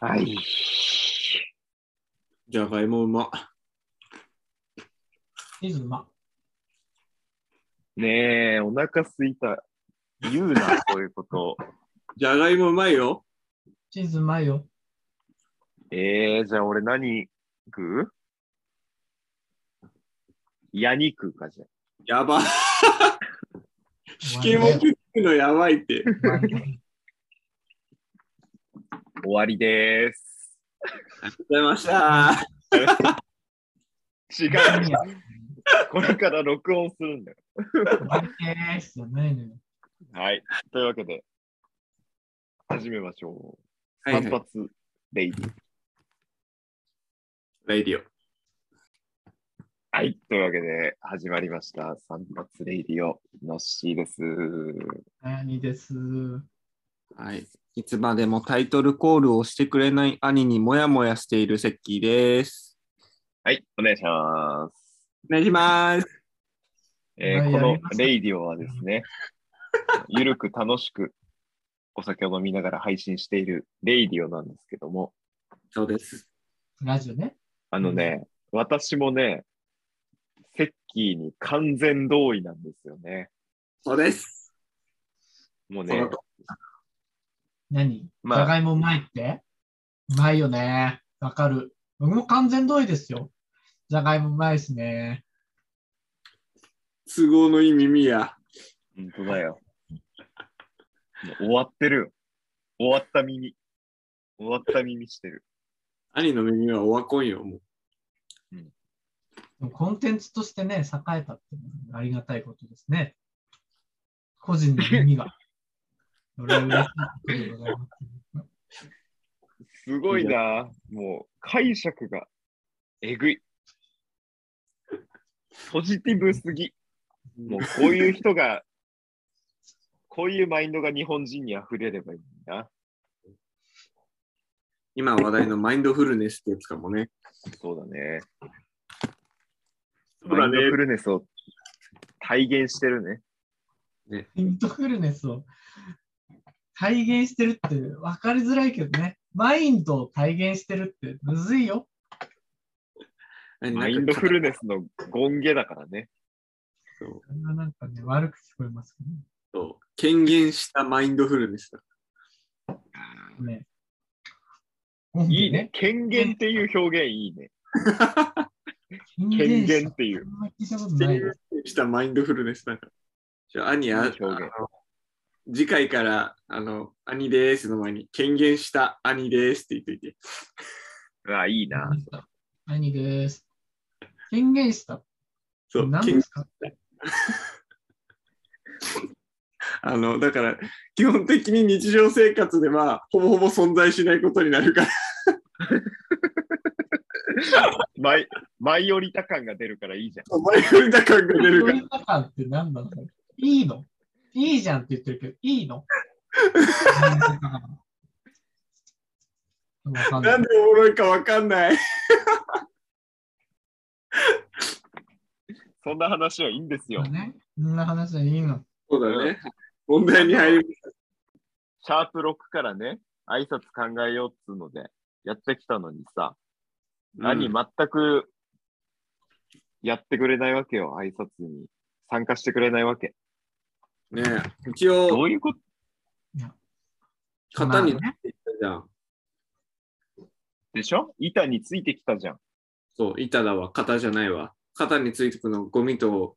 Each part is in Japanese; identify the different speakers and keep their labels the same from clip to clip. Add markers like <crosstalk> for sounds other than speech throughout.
Speaker 1: はい。
Speaker 2: じゃがいもうま。
Speaker 3: チーズうま。
Speaker 1: ねえ、お腹すいた。言う
Speaker 2: <laughs>
Speaker 1: な、そういうこと。
Speaker 2: じゃがいもうまいよ。
Speaker 3: チーズうまいよ。
Speaker 1: えー、じゃあ俺何食うヤニ食うかじゃあ。
Speaker 2: やば。敷も食うのやばいって。
Speaker 3: うまいね
Speaker 1: 終わりでーす。
Speaker 2: ありがとうございました。
Speaker 1: 違う。
Speaker 2: <laughs>
Speaker 3: 何や
Speaker 1: これから録音するんだよ。
Speaker 3: 終わりでーすじゃないのよ。
Speaker 1: はい。というわけで、始めましょう。
Speaker 2: はいはい
Speaker 1: 散髪レイディー。
Speaker 2: レイディオ。
Speaker 1: はい。というわけで、始まりました。散髪レイディオ、のっしーです。
Speaker 3: 何です。
Speaker 2: はい。いつまでもタイトルコールをしてくれない兄にもやもやしているセッキーです。
Speaker 1: はい。お願いします。
Speaker 2: お願いします。
Speaker 1: えー
Speaker 3: は
Speaker 1: こ
Speaker 3: いや
Speaker 1: の
Speaker 3: りました
Speaker 1: レイディオはですね、ゆるく楽しくお酒を飲みながら配信しているレイディオなんですけども、
Speaker 2: そうです。
Speaker 3: ラジオね。
Speaker 1: あのね、私もね、セッキーに完全同意なんですよね。
Speaker 2: そうです。
Speaker 1: もう
Speaker 2: そ
Speaker 1: ね
Speaker 2: の、と
Speaker 3: 何
Speaker 1: まあ
Speaker 3: じゃがいもうまいってうまいよね。わかる。僕も完全同意ですよ。じゃがいもうまいですね。
Speaker 2: 都合のいい耳や。
Speaker 1: 本当だよ。もう終わってるよ。終わった耳。終わった耳してる。
Speaker 2: 兄の耳はオワコンよ、もう。
Speaker 3: でもコンテンツとしてね、栄えたってのはありがたいことですね。個人の耳が。それは嬉しいことでございます。
Speaker 1: すごいな。もう解釈がえぐい。ポジティブすぎ。もうこういう人が、こういうマインドが日本人に溢れればいいんだ。
Speaker 2: 今話題のマインドフルネスってやつかもね。
Speaker 1: そうだね。
Speaker 2: そうだ
Speaker 1: マインド
Speaker 2: ね
Speaker 1: フ。ルネスを体現してるね。
Speaker 3: インドフルネスを体現してるって分かりづらいけどね。マインドを体現してるってむずいよ。
Speaker 2: 何
Speaker 1: マインドフルネスのゴンゲだからね。
Speaker 2: そう
Speaker 3: それはなんかね、悪く聞こえますけ
Speaker 2: そう権限したマインドフルネスだ。
Speaker 3: どね。
Speaker 1: いいね。。権限っていう表現いいね。 <laughs>
Speaker 3: 権
Speaker 1: 権
Speaker 3: 限
Speaker 1: 限っていう
Speaker 3: あ。んま聞いたことない
Speaker 2: 権
Speaker 3: です。
Speaker 2: 限したマインドフルネスだから。ちょ兄、あ
Speaker 1: いい表現
Speaker 2: あの次回から、あの、兄ですの前に、権限した兄ですって言っといて。
Speaker 1: うわ、いいな。
Speaker 3: 兄です。権限した。
Speaker 2: そう、
Speaker 3: 何
Speaker 2: 権
Speaker 3: ですか
Speaker 2: あの、だから、基本的に日常生活では、ほぼほぼ存在しないことになるから。
Speaker 1: マイマイオリタ感が出るからいいじゃん。
Speaker 2: 前振りだ感が出るか
Speaker 3: 権限感って何なのいいのいいじゃんって言ってるけど、いいのわかんな
Speaker 2: ら。ないんでおもろいかわかんない。
Speaker 1: そんな話はいいんですよ。
Speaker 3: ね。そんな話はいいの。
Speaker 2: そうだね。問題に入り
Speaker 1: シャープ6からね、挨拶考えようっつうので、やってきたのにさ、
Speaker 2: ま
Speaker 1: 何、全くやってくれないわけよ、挨拶に。参加してくれないわけ。
Speaker 2: ねえ一
Speaker 1: ど
Speaker 2: 応、
Speaker 1: ういうこと
Speaker 2: 型になっていったじゃん。
Speaker 1: でしょ板についてきたじゃん。
Speaker 2: そう、板だわ、型じゃないわ。型についてくのゴミと、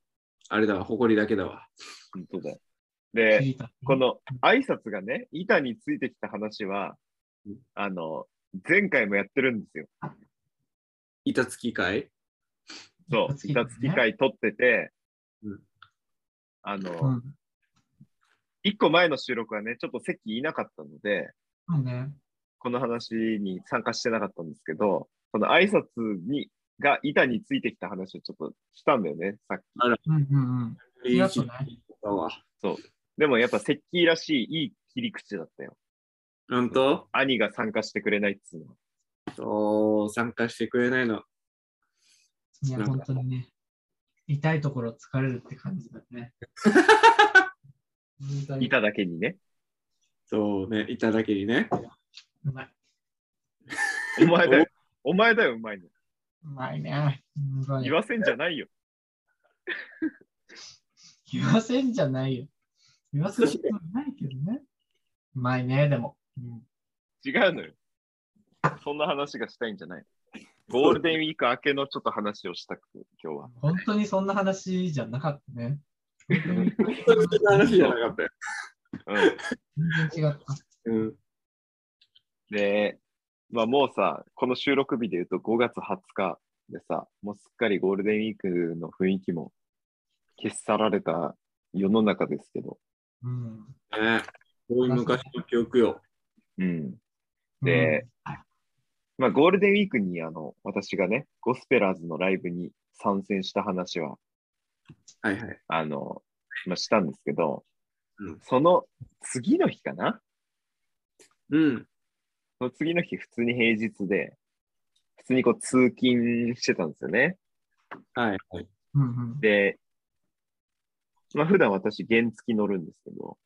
Speaker 2: あれだわ、埃だけだわ。
Speaker 1: 本当だよ。
Speaker 3: まあ
Speaker 1: で、
Speaker 3: ね聞いた
Speaker 1: この挨拶がね、板についてきた話は
Speaker 2: うん、
Speaker 1: あの、前回もやってるんですよ。
Speaker 2: 板付き会
Speaker 1: そう、
Speaker 3: 板
Speaker 1: 板
Speaker 3: 付
Speaker 1: 付
Speaker 3: き
Speaker 1: き
Speaker 3: 会
Speaker 1: 会取ってて、
Speaker 2: うん
Speaker 1: あの、
Speaker 3: うん。
Speaker 1: 一個前の収録はね、ちょっと席いなかったので、
Speaker 3: そうね。
Speaker 1: この話に参加してなかったんですけど、その挨拶に、が板についてきた話をちょっとしたんだよね、さっき。
Speaker 3: うんうんうん。りがとうね
Speaker 2: だわ。
Speaker 1: でもやっぱセッキーらしいいい切り口だったよ。
Speaker 2: ほんと
Speaker 1: 兄が参加してくれないっつうのは。
Speaker 2: そう、参加してくれないの。
Speaker 3: いや、
Speaker 2: なんか
Speaker 3: 本当にね。痛いところ疲れるって感じだね。本当に
Speaker 1: 板だけにね。
Speaker 2: そうね、板だけにね。
Speaker 3: うまい。
Speaker 1: お前だよ。お前だよ、うまいの。
Speaker 3: うまいね。本当に
Speaker 1: 言わせんじゃないよ。
Speaker 3: 言わせんじゃないよ。言わせる必要ないけどね。うまいね、でも。うん
Speaker 1: 違うのよ。そんな話がしたいんじゃない。ゴールデンウィーク明けのちょっと話をしたくて、今日は。
Speaker 3: 本当にそんな話じゃなかったね。本当に
Speaker 2: そういう話じゃなかったよ。
Speaker 1: うん、
Speaker 3: 全然違った。
Speaker 2: うん。
Speaker 1: で、まあもうさ、この収録日で言うと5月20日でさ、もうすっかりゴールデンウィークの雰囲気も消し去られた世の中ですけど。
Speaker 3: うん。
Speaker 2: ね遠い昔の記憶よ。
Speaker 1: うん。でまあゴールデンウィークにあの、私がね、ゴスペラーズのライブに参戦した話は、
Speaker 2: はいはい。
Speaker 1: あの、まあ、したんですけど、
Speaker 2: うん
Speaker 1: その次の日かな
Speaker 2: うん。
Speaker 1: その次の日、普通に平日で、普通にこう通勤してたんですよね。
Speaker 2: はいはい。
Speaker 3: うん、うん
Speaker 1: で、まあ普段私原付き乗るんですけど、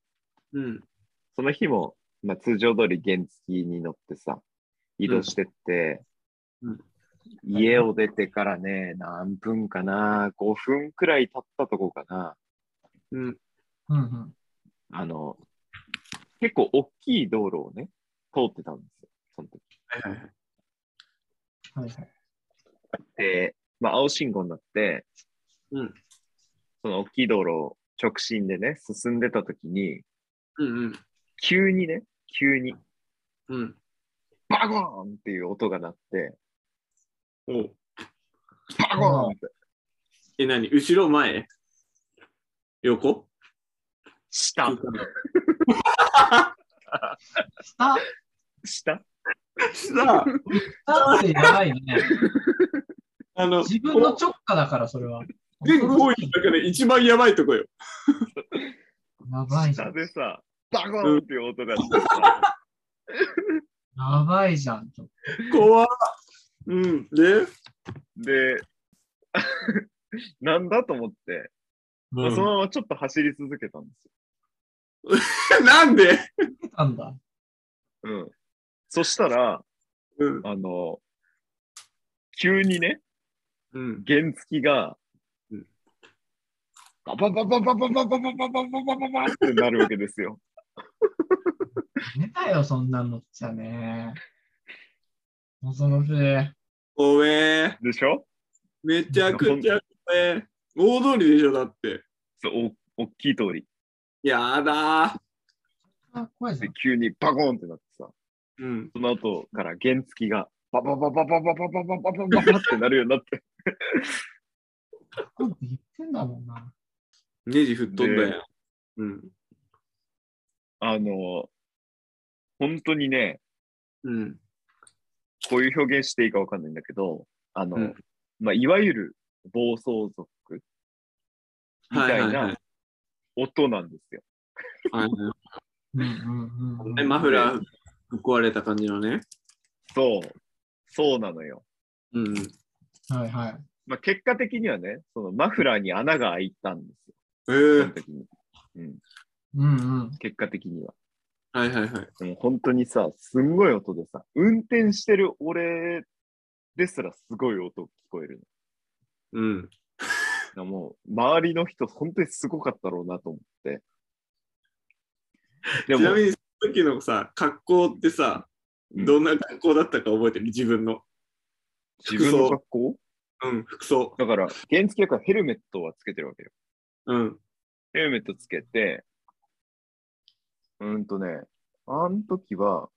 Speaker 2: うん。
Speaker 1: その日も、まあ、通常通り原付きに乗ってさ、移動してって、
Speaker 2: うん
Speaker 1: 家を出てからね、何分かな、5分くらい経ったとこかな、
Speaker 2: うん。
Speaker 3: うん。うん
Speaker 1: あの、結構大きい道路をね、通ってたんですよ、その時。
Speaker 2: はいはいはい。
Speaker 3: うん。はいはい。
Speaker 1: で、まあ青信号になって、
Speaker 2: うん。
Speaker 1: その大きい道路を直進でね、進んでた時に、
Speaker 2: うんうん。
Speaker 1: 急にね、急に、
Speaker 2: うん。
Speaker 1: バゴーンっていう音が鳴って、
Speaker 2: お
Speaker 1: バゴーンって、
Speaker 2: え、何後ろ前横
Speaker 1: 下、下
Speaker 2: さ
Speaker 3: 下、
Speaker 2: あ、
Speaker 3: 下ってやばいね。 <laughs>
Speaker 2: あの、
Speaker 3: 自分の直下だから、それは。
Speaker 2: 全行為の中で一番やばいとこよ。
Speaker 3: やばいじゃ
Speaker 1: 下
Speaker 3: ん。
Speaker 1: でさ、バゴーンっていう音がしてさ、
Speaker 3: やばいじゃん。ちょっ
Speaker 2: 怖っうん。で、
Speaker 1: で、なんだと思って、
Speaker 2: うん
Speaker 1: そのままちょっと走り続けたんです
Speaker 2: なんで
Speaker 3: と来たんだ。
Speaker 1: よ。うん。そしたら、
Speaker 2: うん。
Speaker 1: あの、急にね、
Speaker 2: うん。
Speaker 1: 原付が
Speaker 2: うん、
Speaker 1: バババババババババババババババってなるわけですよ。
Speaker 3: 寝たよ、そんなのっちゃね。恐ろしい。
Speaker 2: 怖え。
Speaker 1: でしょ
Speaker 2: めちゃくちゃ怖え。大通りでしょ、だって。
Speaker 1: そうお大きい通り。
Speaker 2: やだー。
Speaker 3: あ、怖いじゃ
Speaker 1: で
Speaker 3: ん。、
Speaker 1: 急にバコーンってなってさ、
Speaker 2: うん。
Speaker 1: その後から原付がバババババババババババババってなるようになって、
Speaker 3: 今度言ってんだもんな。
Speaker 2: ネジ吹っ飛んだやん。うん。
Speaker 1: あの、本当にね、
Speaker 2: うん。
Speaker 1: こういう表現していいかわかんないんだけど、あの、
Speaker 2: うん
Speaker 1: まあ、いわゆる暴走族み
Speaker 2: はい
Speaker 1: た
Speaker 2: はいいはい
Speaker 1: な。音なんですよ。
Speaker 2: はいは
Speaker 3: うんうんうん
Speaker 2: い、マフラー壊れた感じのね。
Speaker 1: そう、そうなのよ。
Speaker 2: うん。
Speaker 3: うん。はいはい。
Speaker 1: まあ、結果的にはね、そのマフラーに穴が開いたんです
Speaker 2: ええ
Speaker 1: よ。その時に。うん、
Speaker 3: うんうん。
Speaker 1: 結果的には。
Speaker 2: はいはいはい。
Speaker 1: でも本当にさ、すんごい音でさ、運転してる俺ですらすごい音聞こえる
Speaker 2: うん。
Speaker 1: の。もう、周りの人、本当にすごかったろうなと思
Speaker 2: <laughs>
Speaker 1: って。で
Speaker 2: ちな
Speaker 1: も
Speaker 2: み、に、その時のさ、格好ってさ、
Speaker 1: うん
Speaker 2: どんな格好だったか覚えてる自分の。
Speaker 1: 自分の格好
Speaker 2: うん、服装。
Speaker 1: だから、原付だからヘルメットはつけてるわけよ。
Speaker 2: うん。
Speaker 1: ヘルメットつけて、うーんとね、あの時は、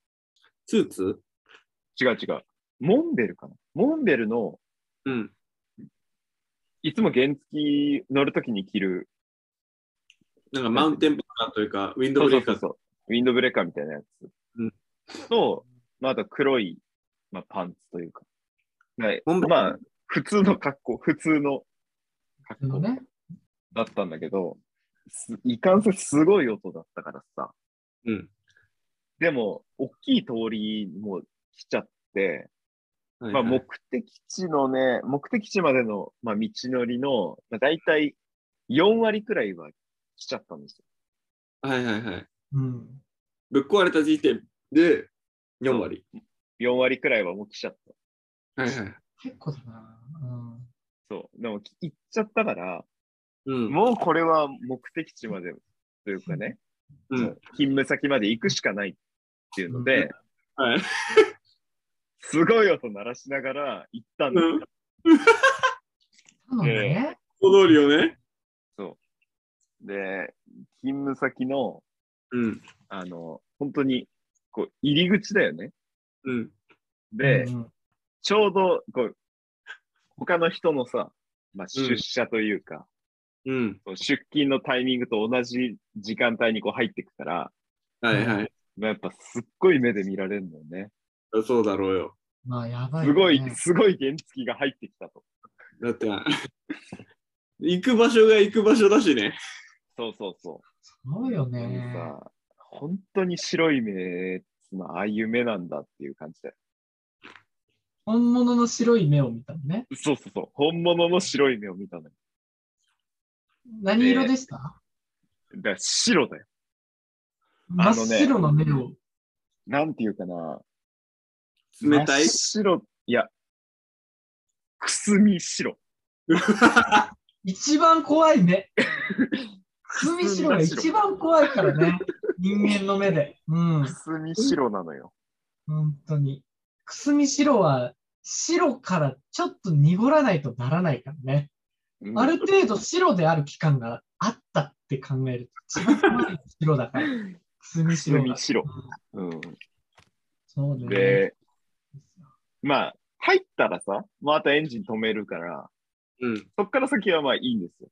Speaker 2: スーツ
Speaker 1: 違う違う、モンベルかな。モンベルの、
Speaker 2: うん。
Speaker 1: いつも原付乗るときに着る、
Speaker 2: なんかマウンテンバーナーというか、ウィンド
Speaker 1: そ
Speaker 2: ブ
Speaker 1: うそ
Speaker 2: レ
Speaker 1: う
Speaker 2: ー
Speaker 1: そう
Speaker 2: カー
Speaker 1: そう、ウィンドブレーカーみたいなやつ。と、まあ、あと黒い、まあ、パンツというか。はい、
Speaker 2: モンベル
Speaker 1: まあ、普通の格好、普通の
Speaker 3: あ
Speaker 1: 格
Speaker 3: の
Speaker 1: 好
Speaker 3: ね。
Speaker 1: だったんだけど、すいかんせんすごい音だったからさ、
Speaker 2: うん。
Speaker 1: でも、大きい通りも来ちゃって、
Speaker 2: はい
Speaker 1: ま
Speaker 2: は
Speaker 1: あ、
Speaker 2: い
Speaker 1: 目的地のね、目的地までの、まあ、道のりの、まあ、大体4割くらいは来ちゃったんですよ。
Speaker 2: はいはいはい。
Speaker 3: うん。
Speaker 2: ぶっ壊れた時点で4割。
Speaker 1: 4割くらいはもう来ちゃった。
Speaker 2: はいはい。
Speaker 3: 結構だな。うん。
Speaker 1: そう。でも、き行っちゃったから、
Speaker 2: うん。
Speaker 1: もうこれは目的地までというかね、
Speaker 2: う
Speaker 1: そう勤務先まで行くしかないっていうの
Speaker 3: う
Speaker 1: で、
Speaker 2: はい。
Speaker 1: すごい音鳴らしながら行ったんだ。
Speaker 2: うん
Speaker 3: そうなんだね。
Speaker 2: 大通りをね。
Speaker 1: そう。で、勤務先の、
Speaker 2: うん。
Speaker 1: あの、本当に、こう、入り口だよね。
Speaker 2: うん。
Speaker 1: で、
Speaker 3: うんうん
Speaker 1: ちょうど、こう、他の人のさ、まあ、出社というか、
Speaker 2: うん。
Speaker 1: こう出勤のタイミングと同じ時間帯にこう入ってくから、
Speaker 2: はいはい。
Speaker 1: まあ、やっぱすっごい目で見られるのよね。
Speaker 2: そうだろうよ。
Speaker 3: まあ、やばい、ね。
Speaker 1: すごい、すごい原付が入ってきたと。
Speaker 2: だって、 <laughs> 行く場所が行く場所だしね。
Speaker 1: そうそうそ
Speaker 3: そうよ
Speaker 1: う。
Speaker 3: ね。
Speaker 1: さ本当に白い目っつうのはああいう目なんだっていう感じで。
Speaker 3: 本物の白い目を見たのね。
Speaker 1: そうそうそう。本物の白い目を見たのよ。
Speaker 3: 何色でした、
Speaker 1: だから白だよ。
Speaker 3: 真っ白の目を。
Speaker 1: なんていうかな。
Speaker 2: 冷たい
Speaker 1: 真っ白、いや、くすみ白。
Speaker 3: 一番怖い目。くみ白が一番怖いからね。人間の目で。うん
Speaker 1: く。すみ白なのよ。
Speaker 3: 本当に。くすみ白は、白からちょっと濁らないとならないからね。
Speaker 1: うん
Speaker 3: ある程度白である期間があったって考えると、一番怖い白だから。くすみ
Speaker 1: くす
Speaker 3: 白
Speaker 1: み
Speaker 3: が。
Speaker 1: 白。うん。
Speaker 3: そうね。
Speaker 1: で、まあ、入ったらさ、またエンジン止めるから、
Speaker 2: うん。
Speaker 1: そっから先はまあいいんですよ。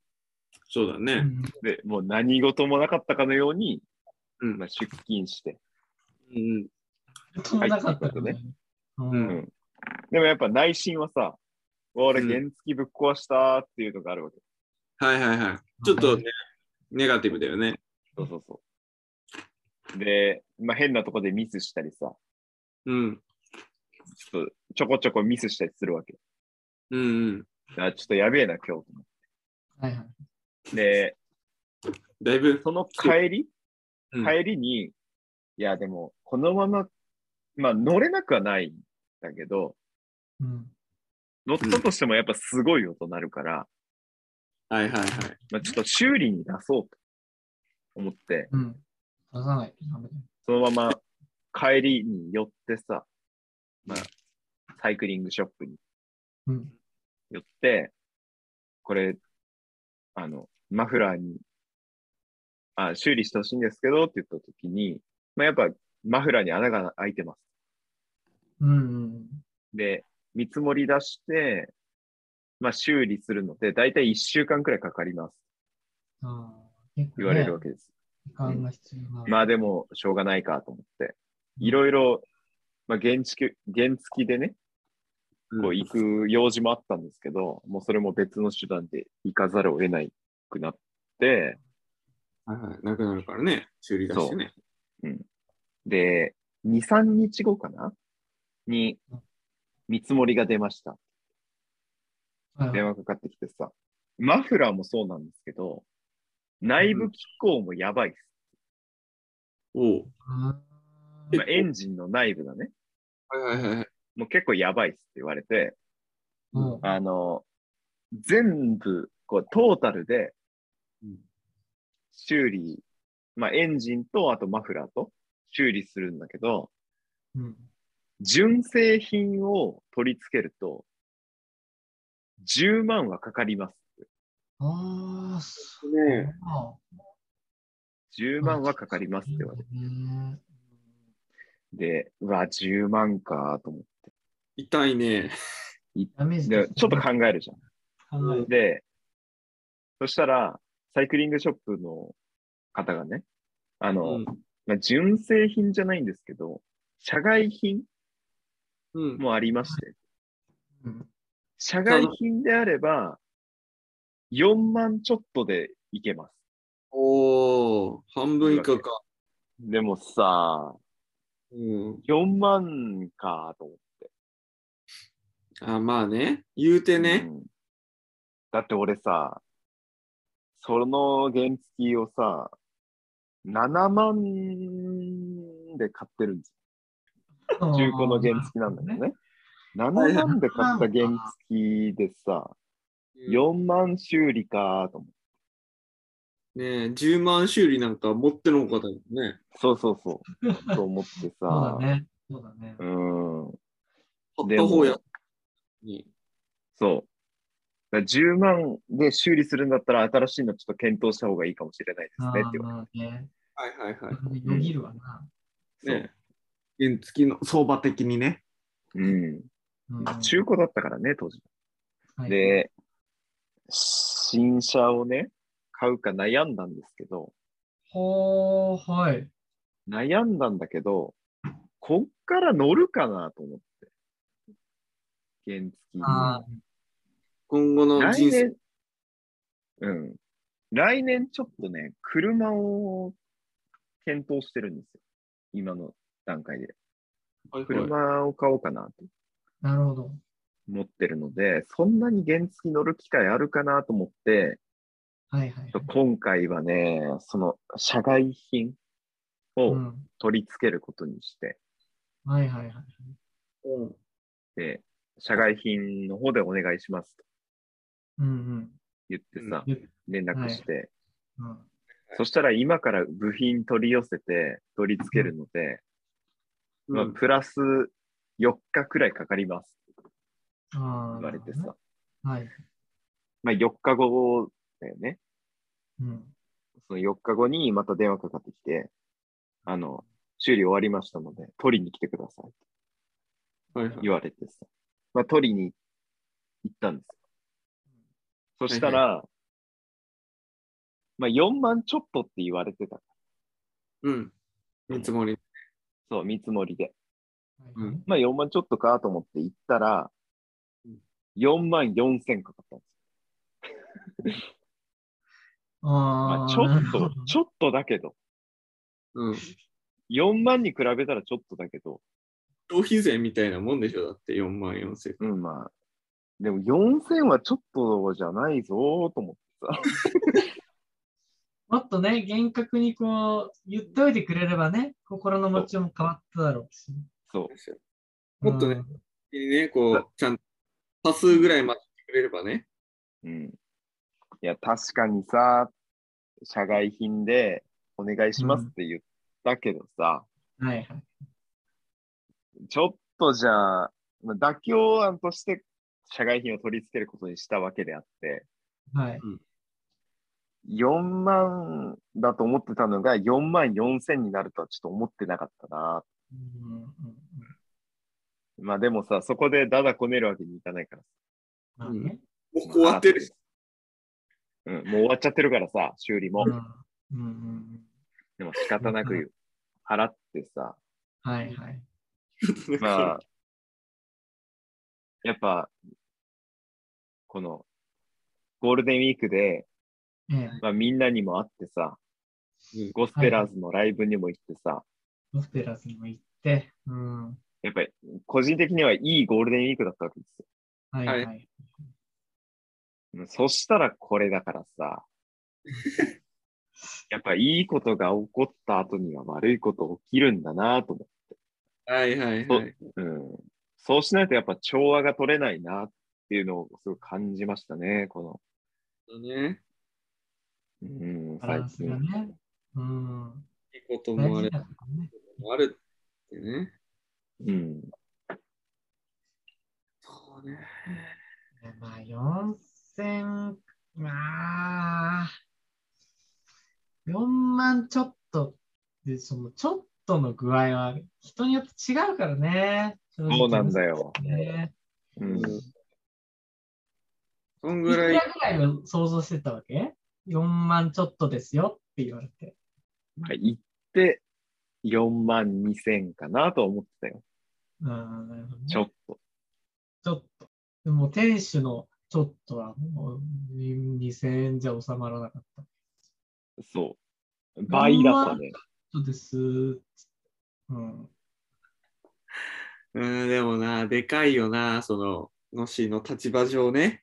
Speaker 2: そうだ
Speaker 3: う
Speaker 2: ね。
Speaker 3: ん
Speaker 1: で、もう何事もなかったかのように、
Speaker 2: うん
Speaker 1: まあ、出勤して。
Speaker 2: うん。
Speaker 3: とんでもなかったからね。う
Speaker 2: うん
Speaker 3: ん
Speaker 1: でもやっぱ内心はさ、俺
Speaker 2: うん
Speaker 1: 原付ぶっ壊したっていうのがあるわけ。
Speaker 2: はいはいはい。ちょっとね、ネガティブだよね。
Speaker 1: そうそうそう。で、まあ変なとこでミスしたりさ、
Speaker 2: うん。
Speaker 1: ちょっとちょこちょこミスしたりするわけ。
Speaker 2: うんうん。
Speaker 1: あ、ちょっとやべえな、今
Speaker 3: はいはい。
Speaker 1: 日。で、
Speaker 2: だいぶ、
Speaker 1: その帰り、
Speaker 2: うん
Speaker 1: 帰りに、いや、でも、このまま、まあ乗れなくはないんだけど、
Speaker 3: うん。
Speaker 1: 乗ったとしてもやっぱすごい音なるから、
Speaker 2: はいはいはい。
Speaker 1: まあ、ちょっと修理に出そうと思って、
Speaker 3: うん。出さないとダメだよ。
Speaker 1: そのまま帰りに寄ってさ、まあ、サイクリングショップに
Speaker 3: うん。
Speaker 1: 寄って、これ、あの、マフラーに、あ、修理してほしいんですけどって言った時に、まあ、やっぱマフラーに穴が開いてます。
Speaker 3: うんうん
Speaker 1: で、見積もり出して、まあ、修理するので、だいたい1週間くらいかかります。
Speaker 3: うん。あー結構ね
Speaker 1: 言われるわけです。
Speaker 3: 時間が必要な。
Speaker 1: まあでも、しょうがないかと思って、いろいろ、まあ、原付原付きでね、こう行く用事もあったんですけど、もうそれも別の手段で行かざるを得ないくなって、
Speaker 2: はいはい。なくなるからね。修理出してね。
Speaker 1: で、2、3日後かなに
Speaker 3: うん、
Speaker 1: 見積もりが出ました。
Speaker 3: はいはい
Speaker 1: 電話かかってきてさ、マフラーもそうなんですけど、内部機構もやばいっす。
Speaker 2: おう。
Speaker 3: あ
Speaker 2: うん
Speaker 1: まあエンジンの内部がね、
Speaker 2: はいはいはいはい。
Speaker 1: もう結構やばいっすって言われて、
Speaker 3: ーも
Speaker 1: あの、全部、こう、トータルで
Speaker 2: うん、
Speaker 1: 修理、まあ、エンジンと、あとマフラーと、修理するんだけど、
Speaker 3: う、うん。
Speaker 1: 純正品を取り付けると、10万はかかります。
Speaker 3: ああ、そう
Speaker 2: ね
Speaker 3: か。
Speaker 1: 10万はかかりますって言われて。で、うわ、10万かと思っ
Speaker 2: 痛いね。
Speaker 3: ダメー
Speaker 1: て。
Speaker 3: ジ
Speaker 1: で、ちょっと考えるじゃん。
Speaker 3: 考えて。
Speaker 1: で、そしたら、サイクリングショップの方がね、あ
Speaker 2: う
Speaker 1: の、
Speaker 2: ん。
Speaker 1: まあ、純正品じゃないんですけど、社外品
Speaker 2: うん。
Speaker 1: もありまして、
Speaker 3: うん
Speaker 1: 社外品であれば、4万ちょっとでいけます。
Speaker 2: おお、半分以下か。
Speaker 1: でもさ、
Speaker 2: うん。
Speaker 1: 4万かと思っ
Speaker 2: あ、まあね。言うて
Speaker 1: て
Speaker 2: ね。
Speaker 1: うんだって俺さ、その原付きをさ、7万で買ってるんです中古の原付きなんだけどね。7万で買った原付きでさ、4万修理かと思って。
Speaker 2: ねえ、10万修理なんか持っての方だよね。
Speaker 1: そうそうそう。と思って
Speaker 3: <laughs> そう
Speaker 1: さ
Speaker 3: だ。ね。そうだね
Speaker 1: う。ん。
Speaker 2: 買っ
Speaker 1: で
Speaker 2: た
Speaker 1: も
Speaker 2: 方や。に
Speaker 1: そう。だから10万で修理するんだったら新しいのちょっと検討した方がいいかもしれないですねっ
Speaker 3: ああ
Speaker 1: て言わ
Speaker 3: まあね。
Speaker 2: はいはいは
Speaker 3: よぎるわな。
Speaker 2: い。ねえ原付きの相場的にね。
Speaker 1: れて。うん。
Speaker 3: うん
Speaker 1: まあ中古だったからね、当時。
Speaker 3: はい
Speaker 1: で、新車をね、買うか悩んだんですけど、
Speaker 3: ほー、はい。
Speaker 1: 悩んだんだけど、こっから乗るかなと思って。原付に。
Speaker 3: あ
Speaker 2: 今後の
Speaker 1: 来
Speaker 2: 人生。
Speaker 1: 年、うん。来年ちょっとね、車を検討してるんですよ。今の段階で。
Speaker 2: はいはい
Speaker 1: 車を買おうかなと
Speaker 3: あ、なるほど。
Speaker 1: 思ってるので、そんなに原付乗る機会あるかなと思って、
Speaker 3: はいはいはい。
Speaker 1: 今回はね、その、社外品を
Speaker 3: うん
Speaker 1: 取り付けることにして、
Speaker 3: はいはいはい。
Speaker 2: うん
Speaker 1: で、社外品の方でお願いしますと
Speaker 3: うんうん。
Speaker 1: 言ってさ、
Speaker 3: うん
Speaker 1: 連絡して、
Speaker 3: うん、
Speaker 1: そしたら今から部品取り寄せて取り付けるので、まあ、
Speaker 2: うん
Speaker 1: プラス4日くらいかかります
Speaker 3: ああ
Speaker 1: 言われて
Speaker 3: なるほどね
Speaker 1: さ、
Speaker 3: はい。
Speaker 1: まあ、4日後だよね。
Speaker 3: うん。
Speaker 1: その4日後にまた電話かかってきて、あの、修理終わりましたので、取りに来てくださいって
Speaker 2: はいはい
Speaker 1: 言われてさ、まあ、取りに行ったんですよ。そしたら、まあ、4万ちょっとって言われてた。
Speaker 2: うん。見積もり。
Speaker 1: そう、見積もりで。
Speaker 3: はい
Speaker 2: うん
Speaker 3: はい
Speaker 1: まあ4万ちょっとかと思って行ったら
Speaker 2: うん、
Speaker 1: 4万4千かかったんですよ。ま
Speaker 3: あ
Speaker 1: あ、
Speaker 3: あ、
Speaker 1: ちょっ
Speaker 3: な
Speaker 1: と
Speaker 3: るほど、
Speaker 1: ちょっとだけど、
Speaker 2: うん。
Speaker 1: 4万に比べたらちょっとだけど、
Speaker 2: 消費税みたいなもんでしょだって4万4千。
Speaker 1: うんまあ、でも4千はちょっとじゃないぞーと思ってさ、
Speaker 3: もっとね、厳格にこう、言っておいてくれればね、心の持ちようも変わっただろうし。
Speaker 1: そう、
Speaker 2: もっとね
Speaker 3: うん、
Speaker 2: ね、こう、ちゃんと、多数ぐらいまでくれればね。
Speaker 1: うん。いや、確かにさ、社外品でお願いしますって言ったけどさ、
Speaker 3: はいはい。
Speaker 1: ちょっとじゃあ、まあ妥協案として社外品を取り付けることにしたわけであって、
Speaker 3: はい。
Speaker 1: 4万だと思ってたのが4万4千になるとはちょっと思ってなかったな。
Speaker 3: うんうんうん
Speaker 1: まあでもさ、そこでダダこねるわけにいかないからさ。
Speaker 3: まあね。
Speaker 2: もう終わってるし。
Speaker 1: うん、もう終わっちゃってるからさ、修理も
Speaker 3: う。んうんうんうん。
Speaker 1: でも仕方なく払ってさ、
Speaker 3: はいはい。
Speaker 1: まあ、やっぱ、この、ゴールデンウィークで、
Speaker 3: ええ、
Speaker 1: まあみんなにも会ってさ
Speaker 2: うん、
Speaker 1: ゴスペラーズのライブにも行ってさ、
Speaker 3: ロスペラーズにも行って、うん。は
Speaker 1: やっぱり個人的にはいいゴールデンウィークだったわけですよ。
Speaker 3: い
Speaker 2: は
Speaker 3: はいい。はい、
Speaker 1: うんそしたらこれだからさ、やっぱいいことが起こった後には悪いこと起きるんだなと思
Speaker 2: <laughs> はいはい
Speaker 1: そ
Speaker 2: は
Speaker 1: う
Speaker 2: い。
Speaker 1: う、うん。そうしないとやっぱ調和が取れないなっていうのをすごい感じましたね、こ
Speaker 2: そうね。
Speaker 1: の、うん、
Speaker 3: バ
Speaker 1: 最
Speaker 3: ランス
Speaker 1: 近
Speaker 3: が。ね。うん。
Speaker 2: いいこと
Speaker 3: 大
Speaker 2: もあ
Speaker 3: 事
Speaker 2: れ
Speaker 3: だからね。
Speaker 2: もあるってね。
Speaker 1: うん。
Speaker 2: そうね。
Speaker 3: まあ、4000、まあ、4万ちょっとで、そのちょっとの具合は人によって違うからね。
Speaker 1: そうなんだよ。
Speaker 3: よ。ね、
Speaker 1: うん。
Speaker 2: そん
Speaker 3: い
Speaker 2: ぐ
Speaker 3: くら
Speaker 2: ら
Speaker 3: ぐ
Speaker 2: い、
Speaker 3: らいを想像してたわけ ?4 万ちょっとですよって言われて。
Speaker 1: まあ行って4万2千かなと思ってたよ。
Speaker 3: うん、なるほどね
Speaker 1: ちょっと。
Speaker 3: ちょっと。でも、店主のちょっとはもう2000円じゃ収まらなかった。
Speaker 1: そう。倍だったね。
Speaker 3: ちょっとです。うん。
Speaker 2: うん、でもな、でかいよな、その、のしの立場上ね。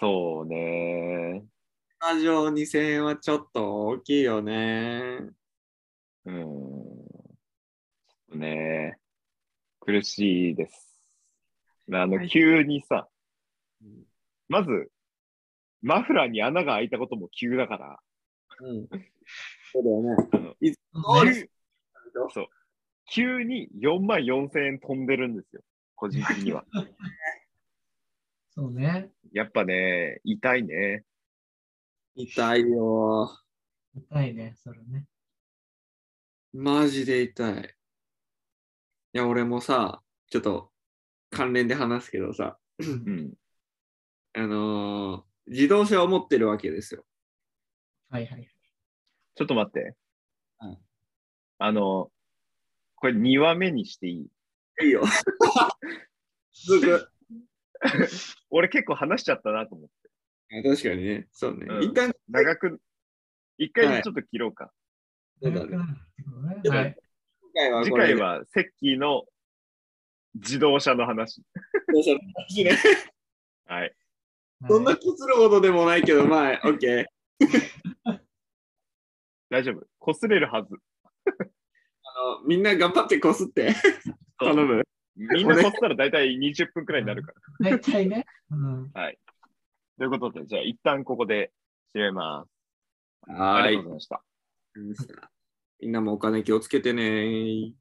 Speaker 1: そうね。
Speaker 2: 立場上2000円はちょっと大きいよね。
Speaker 1: うん。ちょっとね。苦しいです。あ
Speaker 2: は
Speaker 1: の、
Speaker 2: い
Speaker 1: 急にさ
Speaker 2: うん、
Speaker 1: まず、マフラーに穴が開いたことも急だから、
Speaker 2: うん。そうだよね。
Speaker 3: うん
Speaker 1: 急そう。急に4万4千円飛んでるんですよ。個人的に
Speaker 2: <laughs>
Speaker 1: は。
Speaker 3: そうね。
Speaker 1: やっぱね、痛いね。
Speaker 2: 痛いよ
Speaker 3: 痛いね、それね。
Speaker 2: ー。マジで痛い。いや、俺もさ、ちょっと関連で話すけどさ、
Speaker 1: うん。
Speaker 2: あのー自動車を持ってるわけですよ。
Speaker 3: はいはい。
Speaker 1: ちょっと待って。
Speaker 2: うん
Speaker 1: あの、これ2話目にしていい
Speaker 2: い
Speaker 1: <laughs>
Speaker 2: いよ。続く。
Speaker 1: 俺結構話しちゃったなと思って。
Speaker 2: あ確かにね。そうね。
Speaker 1: うん
Speaker 2: 一旦、
Speaker 1: 長く、一回ちょっと切ろうか。
Speaker 2: そう
Speaker 3: 痛
Speaker 2: だ
Speaker 3: く
Speaker 2: ね
Speaker 3: なるってことね
Speaker 2: ちょっと
Speaker 3: はい。
Speaker 2: 次回は
Speaker 1: 次
Speaker 2: これ
Speaker 1: 回
Speaker 2: で
Speaker 1: は、セッキーの自動車の話。
Speaker 2: 自動車の話ね。
Speaker 1: はい。
Speaker 2: そんな
Speaker 3: はい
Speaker 2: こするほどでもないけど、まあ、オッケー。
Speaker 1: 大丈夫。擦れるはず。
Speaker 2: あのみんな頑張ってこすって。頼む。
Speaker 1: みんな擦ったら大体20分くらいになるから。
Speaker 3: 大体ね。うん。
Speaker 1: ということで、じゃあ一旦ここで締めます。あ
Speaker 2: は
Speaker 1: り
Speaker 2: い
Speaker 1: がとう。ございました。
Speaker 2: みんなもお金気をつけてねー。